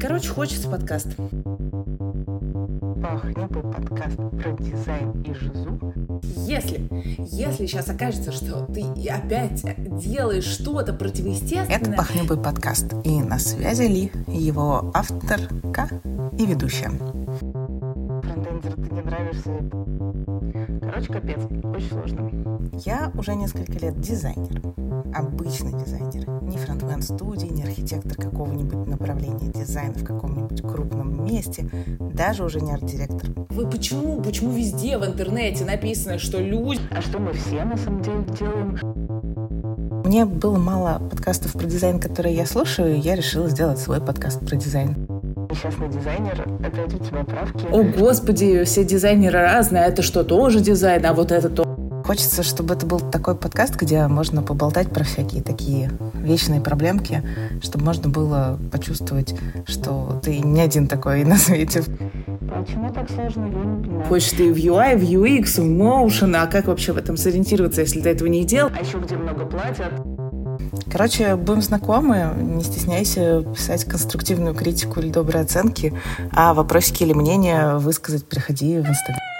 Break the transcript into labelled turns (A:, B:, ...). A: Короче, хочется подкаст.
B: Пахнет подкаст про дизайн и жизу.
A: Если, если сейчас окажется, что ты опять делаешь что-то
B: Это
A: противоестественное,
B: пахнет подкаст. И на связи Ли, его авторка и ведущая. Фронтендер, ты не нравишься. Короче, капец, очень сложно. Я уже несколько лет дизайнер. Обычный дизайнер. Не фронтмен студии, не архитектор какого-нибудь направления дизайна в каком-нибудь крупном месте. Даже уже не арт-директор.
A: вы почему, почему везде в интернете написано, что люди...
C: А что мы все на самом деле делаем?
B: Мне было мало подкастов про дизайн, которые я слушаю, и я решила сделать свой подкаст про дизайн.
C: Несчастный дизайнер, опять у тебя правки.
A: О, господи, все дизайнеры разные, а это что, тоже дизайн, а вот это то.
B: Хочется, чтобы это был такой подкаст, где можно поболтать про всякие такие вечные проблемки, чтобы можно было почувствовать, что ты не один такой на свете.
C: Почему так сложно? Я не понимаю.
A: Хочешь ты в UI, в UX, в Motion, а как вообще в этом сориентироваться, если ты этого не делал?
C: А еще где много платят?
B: Короче, будем знакомы, не стесняйся писать конструктивную критику или добрые оценки, а вопросики или мнения высказать приходи в Инстаграм.